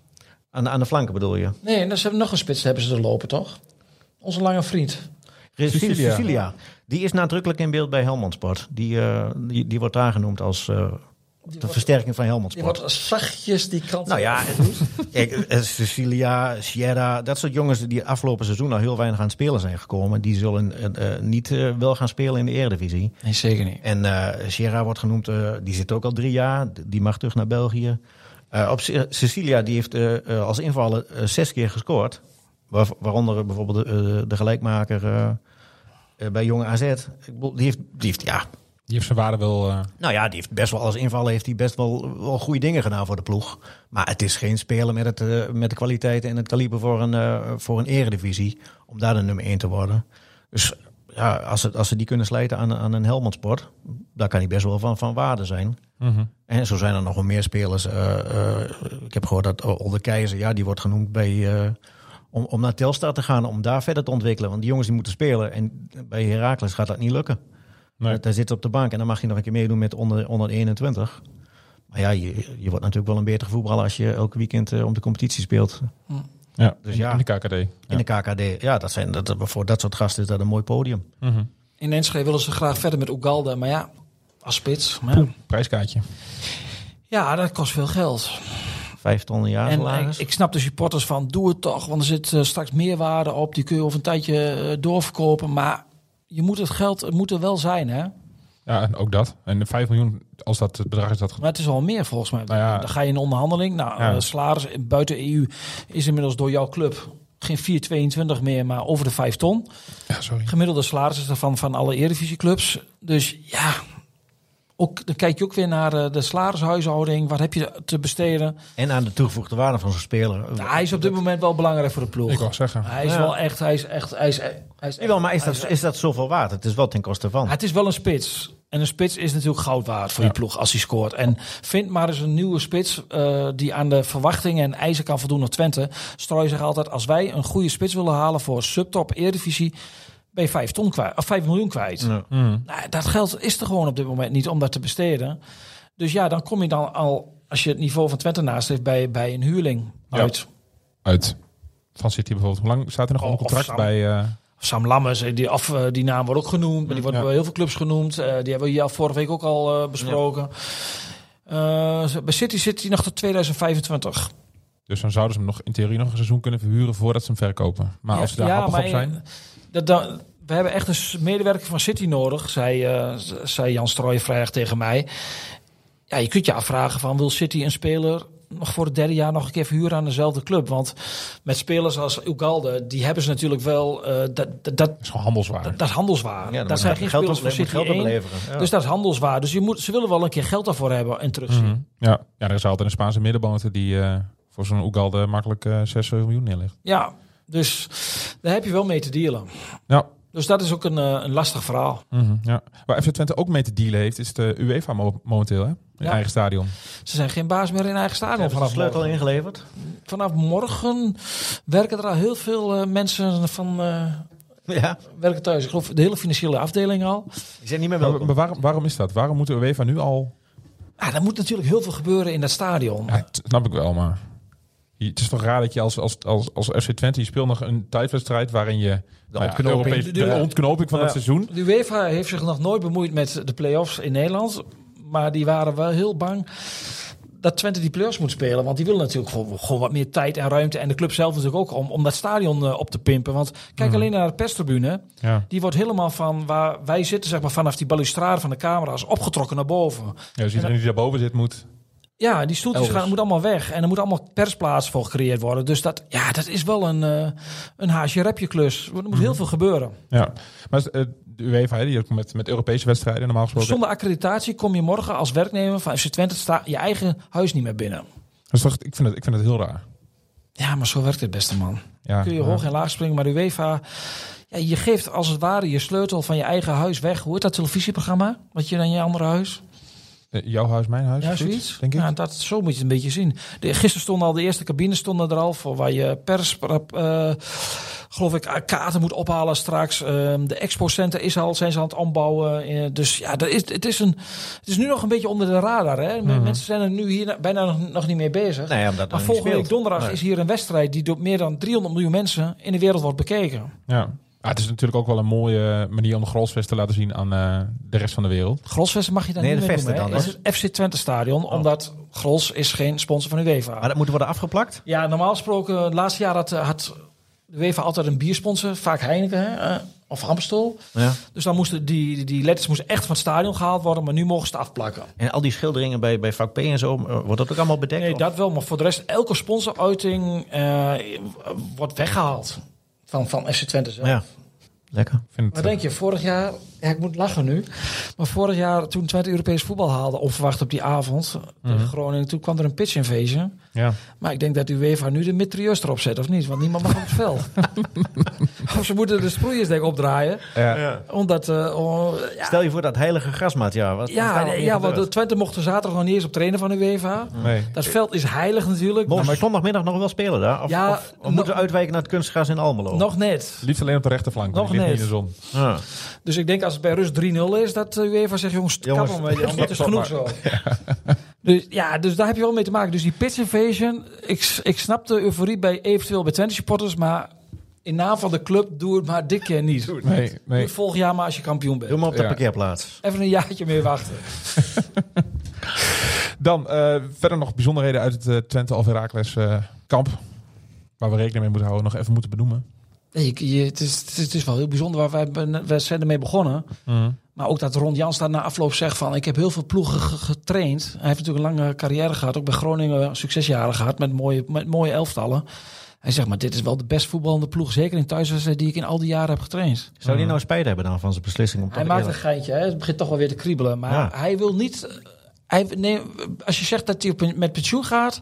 E: Aan, de- aan de flanken bedoel je?
D: Nee, dan ze hebben nog een spits hebben ze er lopen, toch? Onze lange vriend.
E: Cecilia.
C: Cecilia.
E: Cecilia. Die is nadrukkelijk in beeld bij Helmond Sport. Die, eh, die, die wordt daar genoemd als eh, de versterking van Helmond
D: Die
E: Sport.
D: wordt zachtjes die kant
E: Nou ja, kijk, eh, Cecilia, Sierra, dat soort jongens die afgelopen seizoen al heel weinig aan het spelen zijn gekomen, die zullen eh, eh, niet eh, wel gaan spelen in de Eredivisie.
D: Nee, zeker niet.
E: En eh, Sierra wordt genoemd, eh, die zit ook al drie jaar, D- die mag terug naar België. Eh, op Ce- Cecilia, die heeft eh, eh, als invaller eh, zes keer gescoord, waar- waaronder eh, bijvoorbeeld eh, de gelijkmaker eh, eh, bij Jonge AZ. Ik bedoel, die heeft, die heeft ja,
C: die heeft zijn waarde wel... eh,
E: nou ja, die heeft best wel als invaller heeft hij best wel, wel goede dingen gedaan voor de ploeg. Maar het is geen speler met, het, eh, met de kwaliteiten en het kaliber voor een, eh, voor een eredivisie. Om daar de nummer 1 te worden. Dus ja, als ze, als ze die kunnen slijten aan, aan een Helmond Sport, daar kan hij best wel van, van waarde zijn.
C: mhm.
E: En zo zijn er nog wel meer spelers. eh, eh, ik heb gehoord dat Olde Keizer, ja, die wordt genoemd bij, eh, om, om naar Telstar te gaan, om daar verder te ontwikkelen. Want die jongens die moeten spelen. En bij Heracles gaat dat niet lukken.
C: Nee.
E: Daar zit ze op de bank en dan mag je nog een keer meedoen met onder, onder 21. Maar ja, je, je wordt natuurlijk wel een betere voetballer als je elk weekend eh, om de competitie speelt
C: Ja,
E: Dus
C: in,
E: ja.
C: in de KKD.
E: in de KKD. Ja, dat zijn, dat, voor dat soort gasten is dat een mooi podium.
C: Mhm.
D: In Enschede willen ze graag verder met Ugalde, maar ja, als spits. Maar ja.
C: Prijskaartje.
D: ja, dat kost veel geld.
E: Vijf ton een jaar
D: En ik,
E: salaris.
D: ik snap de supporters van, doe het toch, want er zit eh, straks meerwaarde op. Die kun je over een tijdje eh, doorverkopen, maar je moet het geld, het moet er wel zijn, hè?
C: Ja, en ook dat. En de 5 miljoen, als dat het bedrag is dat...
D: Maar het is al meer volgens mij.
C: Nou ja.
D: Dan ga je in onderhandeling. Nou,
C: Ja.
D: eh, salaris in- buiten EU is inmiddels door jouw club geen 4,22 meer, maar over de 5 ton.
C: Ja, sorry.
D: Gemiddelde salaris is daarvan van alle eredivisieclubs. Dus ja, ook, dan kijk je ook weer naar eh, de salarishuishouding. Wat heb je te besteden?
E: En aan de toegevoegde waarde van zo'n speler.
D: Nou, hij is op dit moment wel belangrijk voor de ploeg.
C: Ik wou zeggen.
D: Hij is
E: Ja.
D: wel echt, hij is echt, hij is, hij is echt-
E: Jawel, maar is
D: hij
E: dat, is dat zoveel waard? Het is wel ten koste van.
D: Het is wel een spits. En een spits is natuurlijk goud waard voor je ploeg als hij scoort. En vind maar eens een nieuwe spits eh, die aan de verwachtingen en eisen kan voldoen op Twente. Strooi zich altijd, als wij een goede spits willen halen voor subtop Eredivisie, ben je 5, ton kwijt, of 5 miljoen kwijt.
E: Ja.
D: Nou, dat geld is er gewoon op dit moment niet om dat te besteden. Dus ja, dan kom je dan al, als je het niveau van Twente naast heeft, bij, bij een huurling
C: Ja.
D: uit.
C: Uit. Van City bijvoorbeeld. Hoe lang staat er nog
D: Oh,
C: een contract
D: Sam.
C: bij... eh,
D: Sam Lammers, eh, die, af, eh, die naam wordt ook genoemd. Maar die wordt
C: Ja.
D: bij heel veel clubs genoemd. Eh, die hebben we hier vorige week ook al eh, besproken. Eh, bij City zit hij nog tot 2025.
C: Dus dan zouden ze hem nog in theorie nog een seizoen kunnen verhuren voordat ze hem verkopen. Maar als ze daar happig op
D: maar,
C: zijn...
D: eh, Dat, dat- we hebben echt een s- medewerker van City nodig, zei, eh, z- zei Jan Strooij vrijdag tegen mij. Ja, je kunt je afvragen van wil City een speler nog voor het derde jaar nog een keer verhuren aan dezelfde club? Want met spelers als Ugalde, die hebben ze natuurlijk wel eh, dat, dat, dat,
C: is gewoon handelswaarde.
D: dat is handelswaar.
E: Ja, dan
D: dat
E: moet
D: zijn
E: je
D: geen
E: geld
D: spelers
E: op-
D: voor
E: moet
D: City
E: geld
D: 1.
E: opleveren, ja.
D: Dus dat is handelswaar. Dus je moet, ze willen wel een keer geld daarvoor hebben en terugzien.
C: Mhm. Ja. ja, er is altijd een Spaanse middenboter die eh, voor zo'n Ugalde makkelijk eh 6, 7 miljoen neerlegt.
D: Ja, dus daar heb je wel mee te dealen.
C: Ja.
D: Dus dat is ook een, eh, een lastig verhaal.
C: Mhm, ja. Waar FC Twente ook mee te dealen heeft, is de UEFA mo- momenteel, hè? In
D: Ja.
C: eigen stadion.
D: Ze zijn geen baas meer in eigen stadion
E: Hebben ze de
D: vanaf
E: sleutel
D: morgen.
E: ingeleverd?
D: Vanaf morgen werken er al heel veel eh, mensen van eh,
E: Ja,
D: werken thuis. Ik geloof de hele financiële afdeling al.
E: die zijn niet meer
C: Maar,
E: welkom.
C: maar waarom, waarom is dat? Waarom moet de UEFA nu al...
D: Ah, er moet natuurlijk heel veel gebeuren in dat stadion.
C: Ja, t- snap ik wel, maar... Je- Het is toch raar dat je als, als, als, als FC Twente, je speelt nog een tijdwedstrijd waarin je... nou ja,
E: ontknoping.
C: Europees- de ontknoping van
E: Ja.
C: het seizoen.
D: De UEFA heeft zich nog nooit bemoeid met de play-offs in Nederland. Maar die waren wel heel bang dat Twente die play-offs moet spelen. Want die willen natuurlijk gewoon, gewoon wat meer tijd en ruimte. En de club zelf natuurlijk ook om, om dat stadion eh, op te pimpen. Want kijk alleen naar de perstribune.
C: Ja.
D: Die wordt helemaal van waar wij zitten, zeg maar, vanaf die balustrade van de camera's opgetrokken naar boven.
C: Ja, dus iedereen die daarboven zit moet...
D: Ja, die stoeltjes
C: Elders.
D: gaan, moet allemaal weg. En er moet allemaal persplaats voor gecreëerd worden. Dus dat, ja, dat is wel een, eh een haasje-repje klus. Er moet heel veel gebeuren.
C: Ja, maar eh, de UEFA, hè, die ook met, met Europese wedstrijden normaal gesproken...
D: Zonder accreditatie kom je morgen als werknemer van FC Twente sta- je eigen huis niet meer binnen.
C: Dat is toch, ik, vind het, ik vind het heel raar.
D: Ja, maar zo werkt het beste man.
C: Ja,
D: Kun je
C: ja.
D: hoog en laag springen, maar de UEFA... Ja, je geeft als het ware je sleutel van je eigen huis weg. Hoe heet dat televisieprogramma? Wat je dan je andere huis?
C: Eh, jouw huis, mijn huis.
D: Ja,
C: zoiets,
D: zoiets.
C: Denk ik.
D: Ja, dat, zo moet je het een beetje zien. De, gisteren stonden al de eerste cabines stonden er al voor waar je pers, eh, geloof ik, eh, kaarten moet ophalen straks. Ehm, de expo-center is al, zijn ze aan het ombouwen. Eh, dus ja, dat is, het, is een, het is nu nog een beetje onder de radar. Hè? M- Mensen zijn er nu hier na- bijna nog, nog niet mee bezig.
E: Mhm. Nee, omdat het
D: maar
E: nog
D: volgende
E: niet
D: week
E: speelt.
D: donderdag
E: Nee.
D: is hier een wedstrijd die door meer dan 300 miljoen mensen in de wereld wordt bekeken.
C: Ja. Ah, het is natuurlijk ook wel een mooie manier om de Grolsvest te laten zien aan eh, de rest van de wereld.
D: Grolsvesten mag je daar
E: Nee,
D: niet
E: de
D: mee
E: Vesten
D: noemen, hè.
E: dan, Oh.
D: Het is het FC Twente Stadion, omdat Grols is geen sponsor van UEFA.
E: Maar dat moet worden afgeplakt?
D: Ja, normaal gesproken, het laatste jaar had, eh, had de UEFA altijd een biersponsor. Vaak Heineken hè, eh, of Amstel.
E: Ja.
D: Dus dan moesten die, die letters moesten echt van het stadion gehaald worden. Maar nu mogen ze het afplakken.
E: En al die schilderingen bij, bij vak P en zo, eh, wordt dat ook allemaal bedekt?
D: Nee,
E: Of-
D: dat wel. Maar voor de rest, elke sponsoruiting eh, wordt weggehaald. Van, van FC Twente zelf.
E: Ja, lekker.
C: Ik vind het, eh,
D: Maar denk je, vorig jaar, ja, ik moet lachen nu. Maar vorig jaar, toen Twente Europees voetbal haalde, onverwacht op die avond tegen
E: Mhm.
D: Groningen, toen kwam er een pitch invasion.
C: eh, ja.
D: Maar ik denk dat de UEFA nu de mitrailleurs erop zet, of niet? Want niemand mag op het veld. of ze moeten de sproeiers denk ik opdraaien. Omdat, eh, oh, ja,
E: Stel je voor dat heilige grasmaatjaar. Wat, wat daar
D: ja,
E: nog niet
D: ja, want de
E: gebeurt.
D: Twente mochten zaterdag nog niet eens op trainen van de UEFA.
C: Nee.
D: Dat veld is heilig natuurlijk.
E: Mogen
D: Nou,
E: ze zondagmiddag nog wel spelen daar? Of,
D: Ja,
E: of
D: nog-
E: moeten we uitwijken naar het kunstgras in Almelo?
D: Nog net.
C: Liefst alleen op de rechterflank, want
D: Nog
C: die ligt niet in
D: net.
C: de zon.
E: Ja.
D: Dus ik denk als het bij rust 3-0 is, dat de UEFA zegt, jongens,
E: Jongens,
D: kap hem, want het is genoeg zo. Dus, ja, dus daar heb je wel mee te maken. Dus die pitch invasion, ik, ik snap de euforie bij eventueel bij Twente supporters, maar in naam van de club, doe het maar dit keer niet.
C: Nee, nee.
D: Doe het volgend jaar maar als je kampioen bent.
E: Doe maar op de
C: Ja.
E: parkeerplaats.
D: Even een jaartje meer wachten.
C: Dan eh, verder nog bijzonderheden uit het eh, Twente of Heracles eh, kamp. Waar we rekening mee moeten houden, nog even moeten benoemen.
D: Nee, je- je- het, is, het is- het is wel heel bijzonder waar wij, ben- wij zijn ermee begonnen.
E: Mhm.
D: Maar ook dat Ron Jans daar na afloop zegt van... ik heb heel veel ploegen ge- getraind. Hij heeft natuurlijk een lange carrière gehad. Ook bij Groningen succesjaren gehad met mooie, met mooie elftallen. Hij zegt, maar dit is wel de best voetballende ploeg... zeker in thuiswedstrijden die ik in al die jaren heb getraind.
E: Zou die nou spijt hebben dan van zijn beslissing? Om
D: Hij
E: toch
D: maakt een
E: eerlijk-
D: geintje, hè? het begint toch wel weer te kriebelen. Maar
E: Ja.
D: hij wil niet... eh, Hij, nee, als je zegt dat hij op- met pensioen gaat,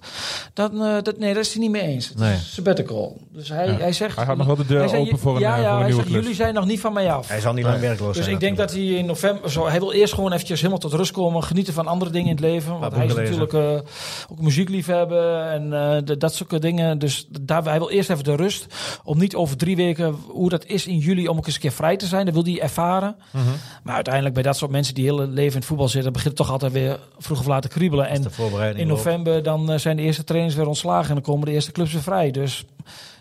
D: dan eh, dat, nee, daar is hij niet mee eens. Het
E: Nee.
D: is sabbatical. Dus hij, hij zegt...
C: Hij houdt nog wel de deur
D: hij zei,
C: open voor een,
D: ja,
C: eh,
D: ja,
C: voor een
D: hij
C: nieuwe
D: zegt,
C: klus.
D: jullie zijn nog niet van mij af.
E: Hij zal niet lang werkloos
D: Dus
E: zijn.
D: ik denk dat hij in november, zo, hij wil eerst gewoon eventjes helemaal tot rust komen, genieten van andere dingen in het leven. Want hij is
E: boeken lezen.
D: natuurlijk eh, ook muziekliefhebber en eh, de- dat soort dingen. Dus daar, hij wil eerst even de rust, om niet over drie weken hoe dat is in juli om ook eens een keer vrij te zijn. Dat wil hij ervaren.
E: Mhm.
D: Maar uiteindelijk bij dat soort mensen die hele leven in het voetbal zitten, begint het toch altijd weer vroeg of laat te kriebelen. En
E: de voorbereiding
D: in november dan eh, zijn de eerste trainers weer ontslagen en dan komen de eerste clubs weer vrij. Dus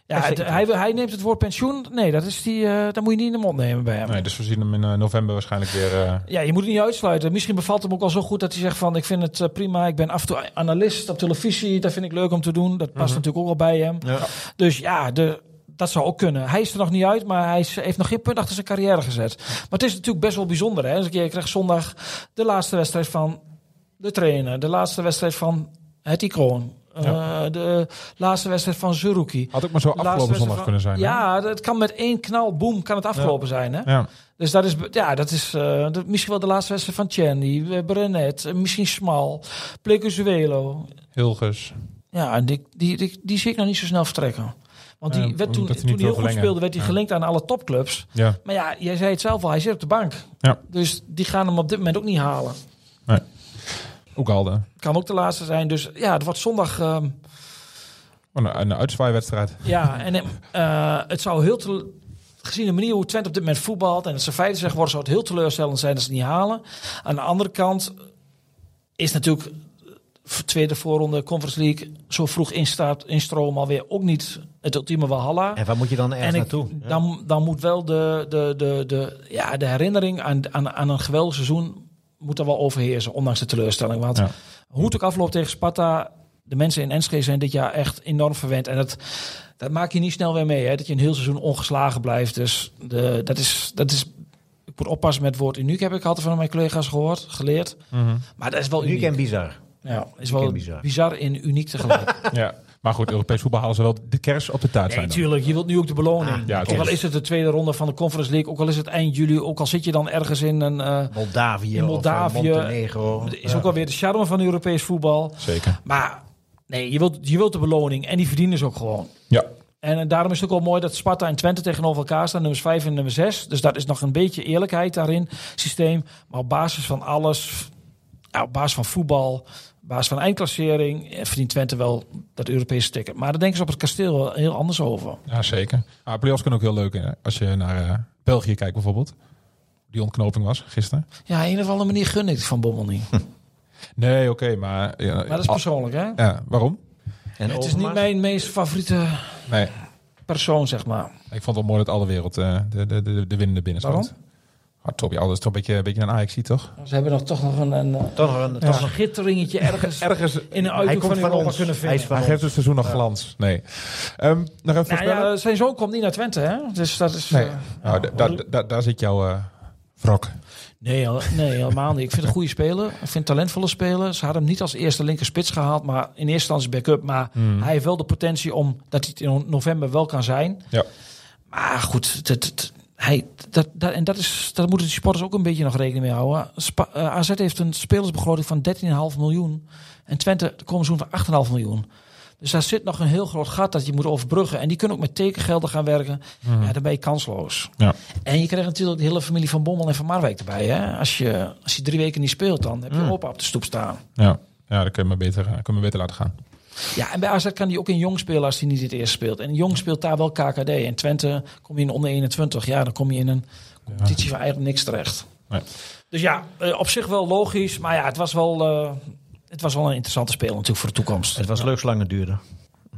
D: ja, het- hij, wil- hij neemt het woord pensioen. Nee, dat is die, eh dat moet je niet in de mond nemen bij hem.
C: Nee, dus we zien hem in eh, november waarschijnlijk weer. eh,
D: Ja, je moet het niet uitsluiten. Misschien bevalt hem ook wel zo goed dat hij zegt van... ik vind het eh, prima, ik ben af en toe analist op televisie. Dat vind ik leuk om te doen. Dat past
C: Mhm.
D: natuurlijk ook wel bij hem.
E: Ja.
D: Dus ja, de, dat zou ook kunnen. Hij is er nog niet uit, maar hij is- heeft nog geen punt achter zijn carrière gezet. Maar het is natuurlijk best wel bijzonder. Hè? Dus je krijgt zondag de laatste wedstrijd van de trainer. De laatste wedstrijd van het icoon. Eh, de laatste wedstrijd van Zerouki.
C: Had ook maar zo
D: De laatste
C: afgelopen
D: wedstrijd
C: zondag
D: van-
C: kunnen zijn. hè?
D: Ja, het kan met één knal, boem, kan het afgelopen zijn. Hè?
C: ja.
D: Dus dat is, ja, dat is eh, dat- misschien wel de laatste wedstrijd van Chenny, eh, Brenet, eh, misschien Smal, Plecuzuelo.
C: Hilgers.
D: Ja, en die, die, die, die zie ik nog niet zo snel vertrekken. Want die
C: Ja,
D: werd toen,
C: omdat hij
D: toen
C: niet
D: hij
C: wil
D: heel goed
C: verlengen.
D: speelde, werd hij
C: Ja.
D: gelinkt aan alle topclubs.
C: Ja.
D: Maar ja, jij zei het zelf al, hij zit op de bank.
C: Ja.
D: Dus die gaan hem op dit moment ook niet halen.
C: Ook Alde.
D: Kan ook de laatste zijn. Dus ja, het wordt zondag. ehm,
C: Oh, Een, een uitzwaaiwedstrijd.
D: ja, en eh, het zou heel te, gezien de manier hoe Twente op dit moment voetbalt en dat ze vijfde zeggen worden, zou het heel teleurstellend zijn als ze het niet halen. Aan de andere kant is natuurlijk tweede voorronde Conference League zo vroeg instaat, instroom alweer ook niet het ultieme Walhalla.
E: En waar moet je dan ergens
D: En ik,
E: naartoe? Ja.
D: dan, dan moet wel de, de, de, de, ja, de herinnering aan, aan, aan een geweldig seizoen moet er wel overheersen, ondanks de teleurstelling. Want
C: Ja.
D: hoe het ook afloopt tegen Sparta, de mensen in Enschede zijn dit jaar echt enorm verwend. En dat, dat maak je niet snel weer mee, hè, dat je een heel seizoen ongeslagen blijft. Dus de, dat, is, dat is... Ik moet oppassen met het woord uniek, heb ik altijd van mijn collega's gehoord, geleerd.
E: Mhm.
D: Maar dat is wel uniek.
E: Uniek en bizar.
D: ja, is
E: uniek
D: wel
E: en bizar.
D: bizar en uniek tegelijk.
C: Ja. Maar goed, Europees voetbal halen ze wel de kers op de taart. zijn
D: Nee,
C: dan. Ah,
D: tuurlijk. Je wilt nu ook de beloning.
C: ja,
D: ook
C: tuurlijk.
D: al is het de tweede ronde van de Conference League, ook al is het eind juli, ook al zit je dan ergens in een... eh,
E: Moldavië,
D: In
E: Moldavië
D: Moldavië.
E: of eh, Montenegro.
D: er is ook alweer de charme van Europees voetbal.
C: Zeker.
D: Maar nee, je wilt, je wilt de beloning en die verdienen ze ook gewoon.
C: Ja.
D: En eh, daarom is het ook wel mooi dat Sparta en Twente tegenover elkaar staan, nummers 5 en nummer 6. Dus dat is nog een beetje eerlijkheid daarin, systeem. Maar op basis van alles, ja, op basis van voetbal, op basis van eindklassering, eh, verdient Twente wel dat Europese ticket. Maar daar denken ze op het kasteel wel heel anders over.
C: ja, zeker. Ah, playoffs kunnen ook heel leuk zijn. Als je naar eh, België kijkt bijvoorbeeld. Die ontknoping was gisteren.
D: Ja, op een of andere manier gun ik het van Bommel niet.
C: Nee, oké, maar... Ja,
D: Maar dat is persoonlijk, hè?
C: ja, waarom?
E: En
D: Het is niet
E: Overmars?
D: mijn meest favoriete
C: Nee,
D: persoon, zeg maar.
C: ik vond het wel mooi dat alle wereld eh, de, de, de, de winnende binnen
D: Waarom?
C: stond. Ah, Toby, alles toch een beetje, een beetje een ajax toch?
D: Ze hebben nog toch nog een, een, eh,
E: Toch nog een...
D: een
E: toch nog-
D: schitteringetje ergens,
C: Ergens...
D: in een
E: Hij
D: uithoek
E: komt
D: van
E: van
D: Europa
E: ons.
D: kunnen
E: Hij
D: vinden.
E: is van
C: Hij
E: ons.
C: geeft het seizoen nog glans. Nee. Ehm, nog even
D: Nou
C: voorspellen?
D: ja, zijn zoon komt niet naar Twente, hè? Dus dat is...
C: Nee,
D: eh,
C: nou, da- da- da- daar zit jouw eh wrok.
D: nee, hel- nee, helemaal niet. Ik vind het een goede speler. Ik vind het talentvolle speler. Ze hadden hem niet als eerste linker spits gehaald, maar in eerste instantie backup. Maar hij heeft wel de potentie om dat hij het in november wel kan zijn.
C: Ja.
D: Maar goed, dat, dat, hij, dat, dat, en dat, is, dat moeten de supporters ook een beetje nog rekening mee houden. Spa- eh, AZ heeft een spelersbegroting van 13,5 miljoen. En Twente de komende seizoen van 8,5 miljoen. Dus daar zit nog een heel groot gat dat je moet overbruggen. En die kunnen ook met tekengelden gaan werken. Ja, dan ben je kansloos.
C: Ja.
D: En je krijgt natuurlijk de hele familie van Bommel en van Marwijk erbij. Hè? Als, je, als je drie weken niet speelt, dan heb je opa op de stoep staan.
C: Ja. ja, dan kun je maar beter, eh, kun je maar beter laten gaan.
D: Ja, en bij AZ kan hij ook in jong spelen als hij niet het eerst speelt. En jong speelt daar wel KKD. En Twente kom je in onder 21. Ja, dan kom je in een competitie van eigenlijk niks terecht.
C: Nee.
D: Dus ja, eh, op zich wel logisch. Maar ja, het was wel, eh, het was wel een interessante speler natuurlijk voor de toekomst.
E: Het was leuk zolang het duurde.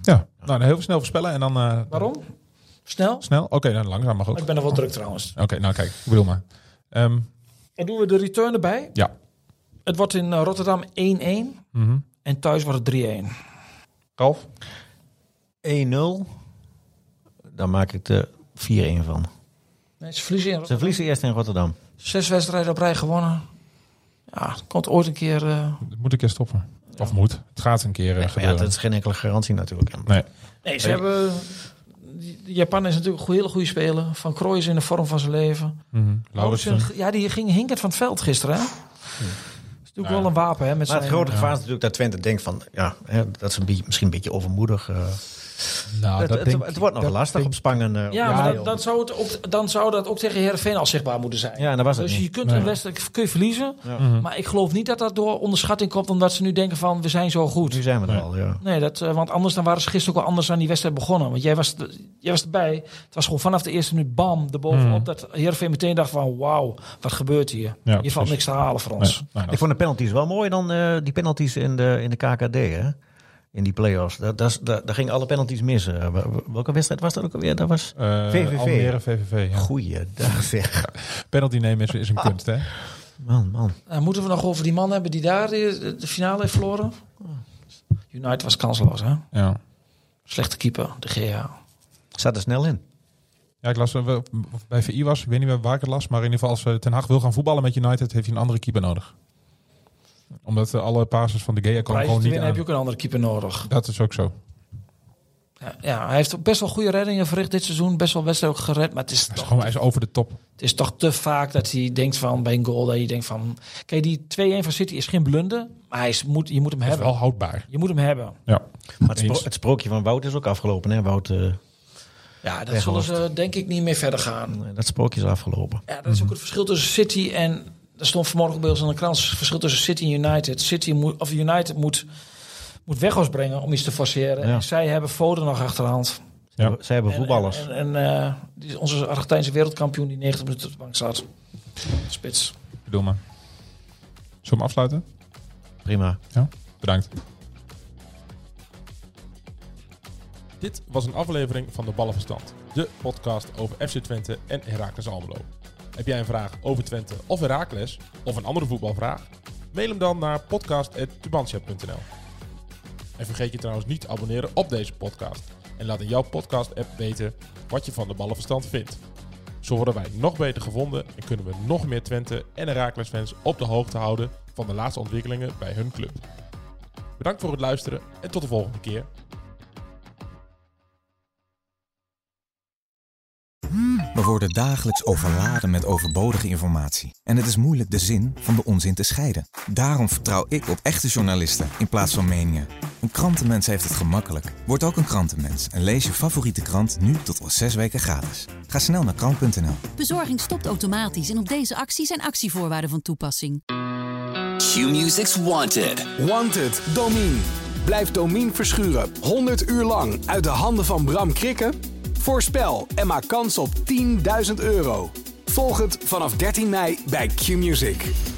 C: Ja, nou, dan heel veel snel voorspellen en dan... eh,
D: Waarom? Snel?
C: Snel? Oké, nou, langzaam mag ook.
D: Ik
C: Oké,
D: ben er wel druk trouwens.
C: nou kijk, ik bedoel maar. Ehm,
D: Dan doen we de return erbij.
C: ja,
D: Het wordt in eh, Rotterdam 1-1. En thuis wordt het 3-1.
C: Ralf?
E: 1-0. Daar maak ik de 4-1 van.
D: Nee, ze verliezen in Rotterdam.
E: Ze verliezen eerst in Rotterdam.
D: Zes wedstrijden op rij gewonnen. Ja, komt ooit een keer... eh,
C: Moet ik keer stoppen? Of moet? Het gaat een keer eh,
E: Maar ja,
C: gebeuren.
E: dat is geen enkele garantie natuurlijk.
C: Nee,
D: Nee, ze hebben... de Japan is natuurlijk een hele goede speler. Van Krooi is in de vorm van zijn leven.
C: Lauwersen.
D: Lauwersen, Ja, die ging hinkend van het veld gisteren. Hè? is natuurlijk wel een wapen, hè? Met
E: Maar het
D: zijn-
E: grote gevaar is natuurlijk dat Twente denkt van... Ja, hè, dat is een beetje, misschien een beetje overmoedig. eh.
C: Nou,
E: het,
C: dat
E: het-
C: denk
E: het
C: ik-
E: wordt nog
C: dat
E: lastig
C: denk-
E: op Spangen. eh,
D: Ja,
E: op
D: maar
E: Israël.
D: dan, dan, zou het ook, dan zou dat ook tegen Heerenveen al zichtbaar moeten zijn.
E: Ja, en dat was het
D: dus je
E: niet.
D: kunt een wedstrijd kun je verliezen. Maar ik geloof niet dat dat door onderschatting komt... omdat ze nu denken van, we zijn zo goed.
E: Nu zijn we er al, ja.
D: Nee, dat, eh, want anders dan waren ze gisteren ook al anders aan die wedstrijd begonnen. Want jij was, jij was erbij. Het was gewoon vanaf de eerste minuut bam, erbovenop. Dat Heerenveen meteen dacht van wauw, wat gebeurt hier?
C: Mm. Ja,
D: hier valt
C: precies.
D: niks te halen voor
C: Nee,
D: ons.
C: nou,
E: Ik
C: dat-
E: vond de penalties wel mooi dan eh, die penalties in de, in de KKD, hè? In die play-offs. Daar, daar, daar, daar gingen alle penalties mis. eh. Wel- welke wedstrijd was dat ook alweer? Dat was...
C: eh,
E: VVV.
C: Almere, VVV. Ja.
E: Goeiedag zeg.
C: Penalty nemen is, is een kunst, hè?
E: Man, man.
D: Eh, moeten we nog over die man hebben die daar eh, de, de finale heeft verloren? United was kansloos, hè?
C: Ja.
D: Slechte keeper, de GA.
E: Zat er snel in.
C: Ja, ik las eh, wel- of bij VI was, ik weet niet meer waar ik het las, maar in ieder geval als eh, Ten Hag wil gaan voetballen met United, heeft hij een andere keeper nodig. Omdat eh, alle passes van de Gea komen
D: Prijzen
C: gewoon
D: te
C: niet
D: winnen heb
C: aan.
D: je ook een andere keeper nodig.
C: Dat is ook zo.
D: Ja, ja, hij heeft ook best wel goede reddingen verricht dit seizoen. Best wel wedstrijden ook gered, maar het is
C: Hij is,
D: toch
C: gewoon, hij is over de top.
D: Het is toch te vaak dat hij denkt van bij een goal dat je denkt van kijk die 2-1 van City is geen blunder, maar hij is, moet, je moet hem
C: Hij is
D: hebben.
C: wel houdbaar.
D: Je moet hem hebben.
C: Ja.
E: Maar het, spro-
C: Eens.
E: het sprookje van Wout is ook afgelopen, hè? Wout, eh,
D: Ja, dat zullen
E: Weghoofd.
D: ze denk ik niet meer verder gaan.
E: dat sprookje is afgelopen.
D: Ja,
C: Mhm.
D: dat is ook het verschil tussen City en er stond vanmorgen ook bij ons aan de krant het verschil tussen City en United. City moet of United moet moet Weghorst brengen om iets te forceren.
E: Ja.
D: En zij hebben Foden nog achterhand.
C: Ja.
E: Zij hebben
D: En-
E: voetballers.
D: En, en, eh, die- onze Argentijnse wereldkampioen die 90 minuten op de bank zat. Spits.
C: Ik bedoel maar. Zullen we hem afsluiten?
E: Prima.
C: Ja. Bedankt. Dit was een aflevering van de Ballenverstand, de podcast over FC Twente en Heracles Almelo. Heb jij een vraag over Twente of Heracles of een andere voetbalvraag? Mail hem dan naar podcast@tubantia.nl. En vergeet je trouwens niet te abonneren op deze podcast en laat in jouw podcast app weten wat je van de Ballenverstand vindt. Zo worden wij nog beter gevonden en kunnen we nog meer Twente en Heracles fans op de hoogte houden van de laatste ontwikkelingen bij hun club. Bedankt voor het luisteren en tot de volgende keer.
F: We worden dagelijks overladen met overbodige informatie. En het is moeilijk de zin van de onzin te scheiden. Daarom vertrouw ik op echte journalisten in plaats van meningen. Een krantenmens heeft het gemakkelijk. Word ook een krantenmens en lees je favoriete krant nu tot al zes weken gratis. Ga snel naar krant.nl.
G: Bezorging stopt automatisch en op deze actie zijn actievoorwaarden van toepassing.
H: Q-Music's Wanted.
I: Wanted, Domine. Blijf Domine verschuren 100 uur lang uit de handen van Bram Krikke? Voorspel en maak kans op 10.000 euro. Volg het vanaf 13 mei bij Q-Music.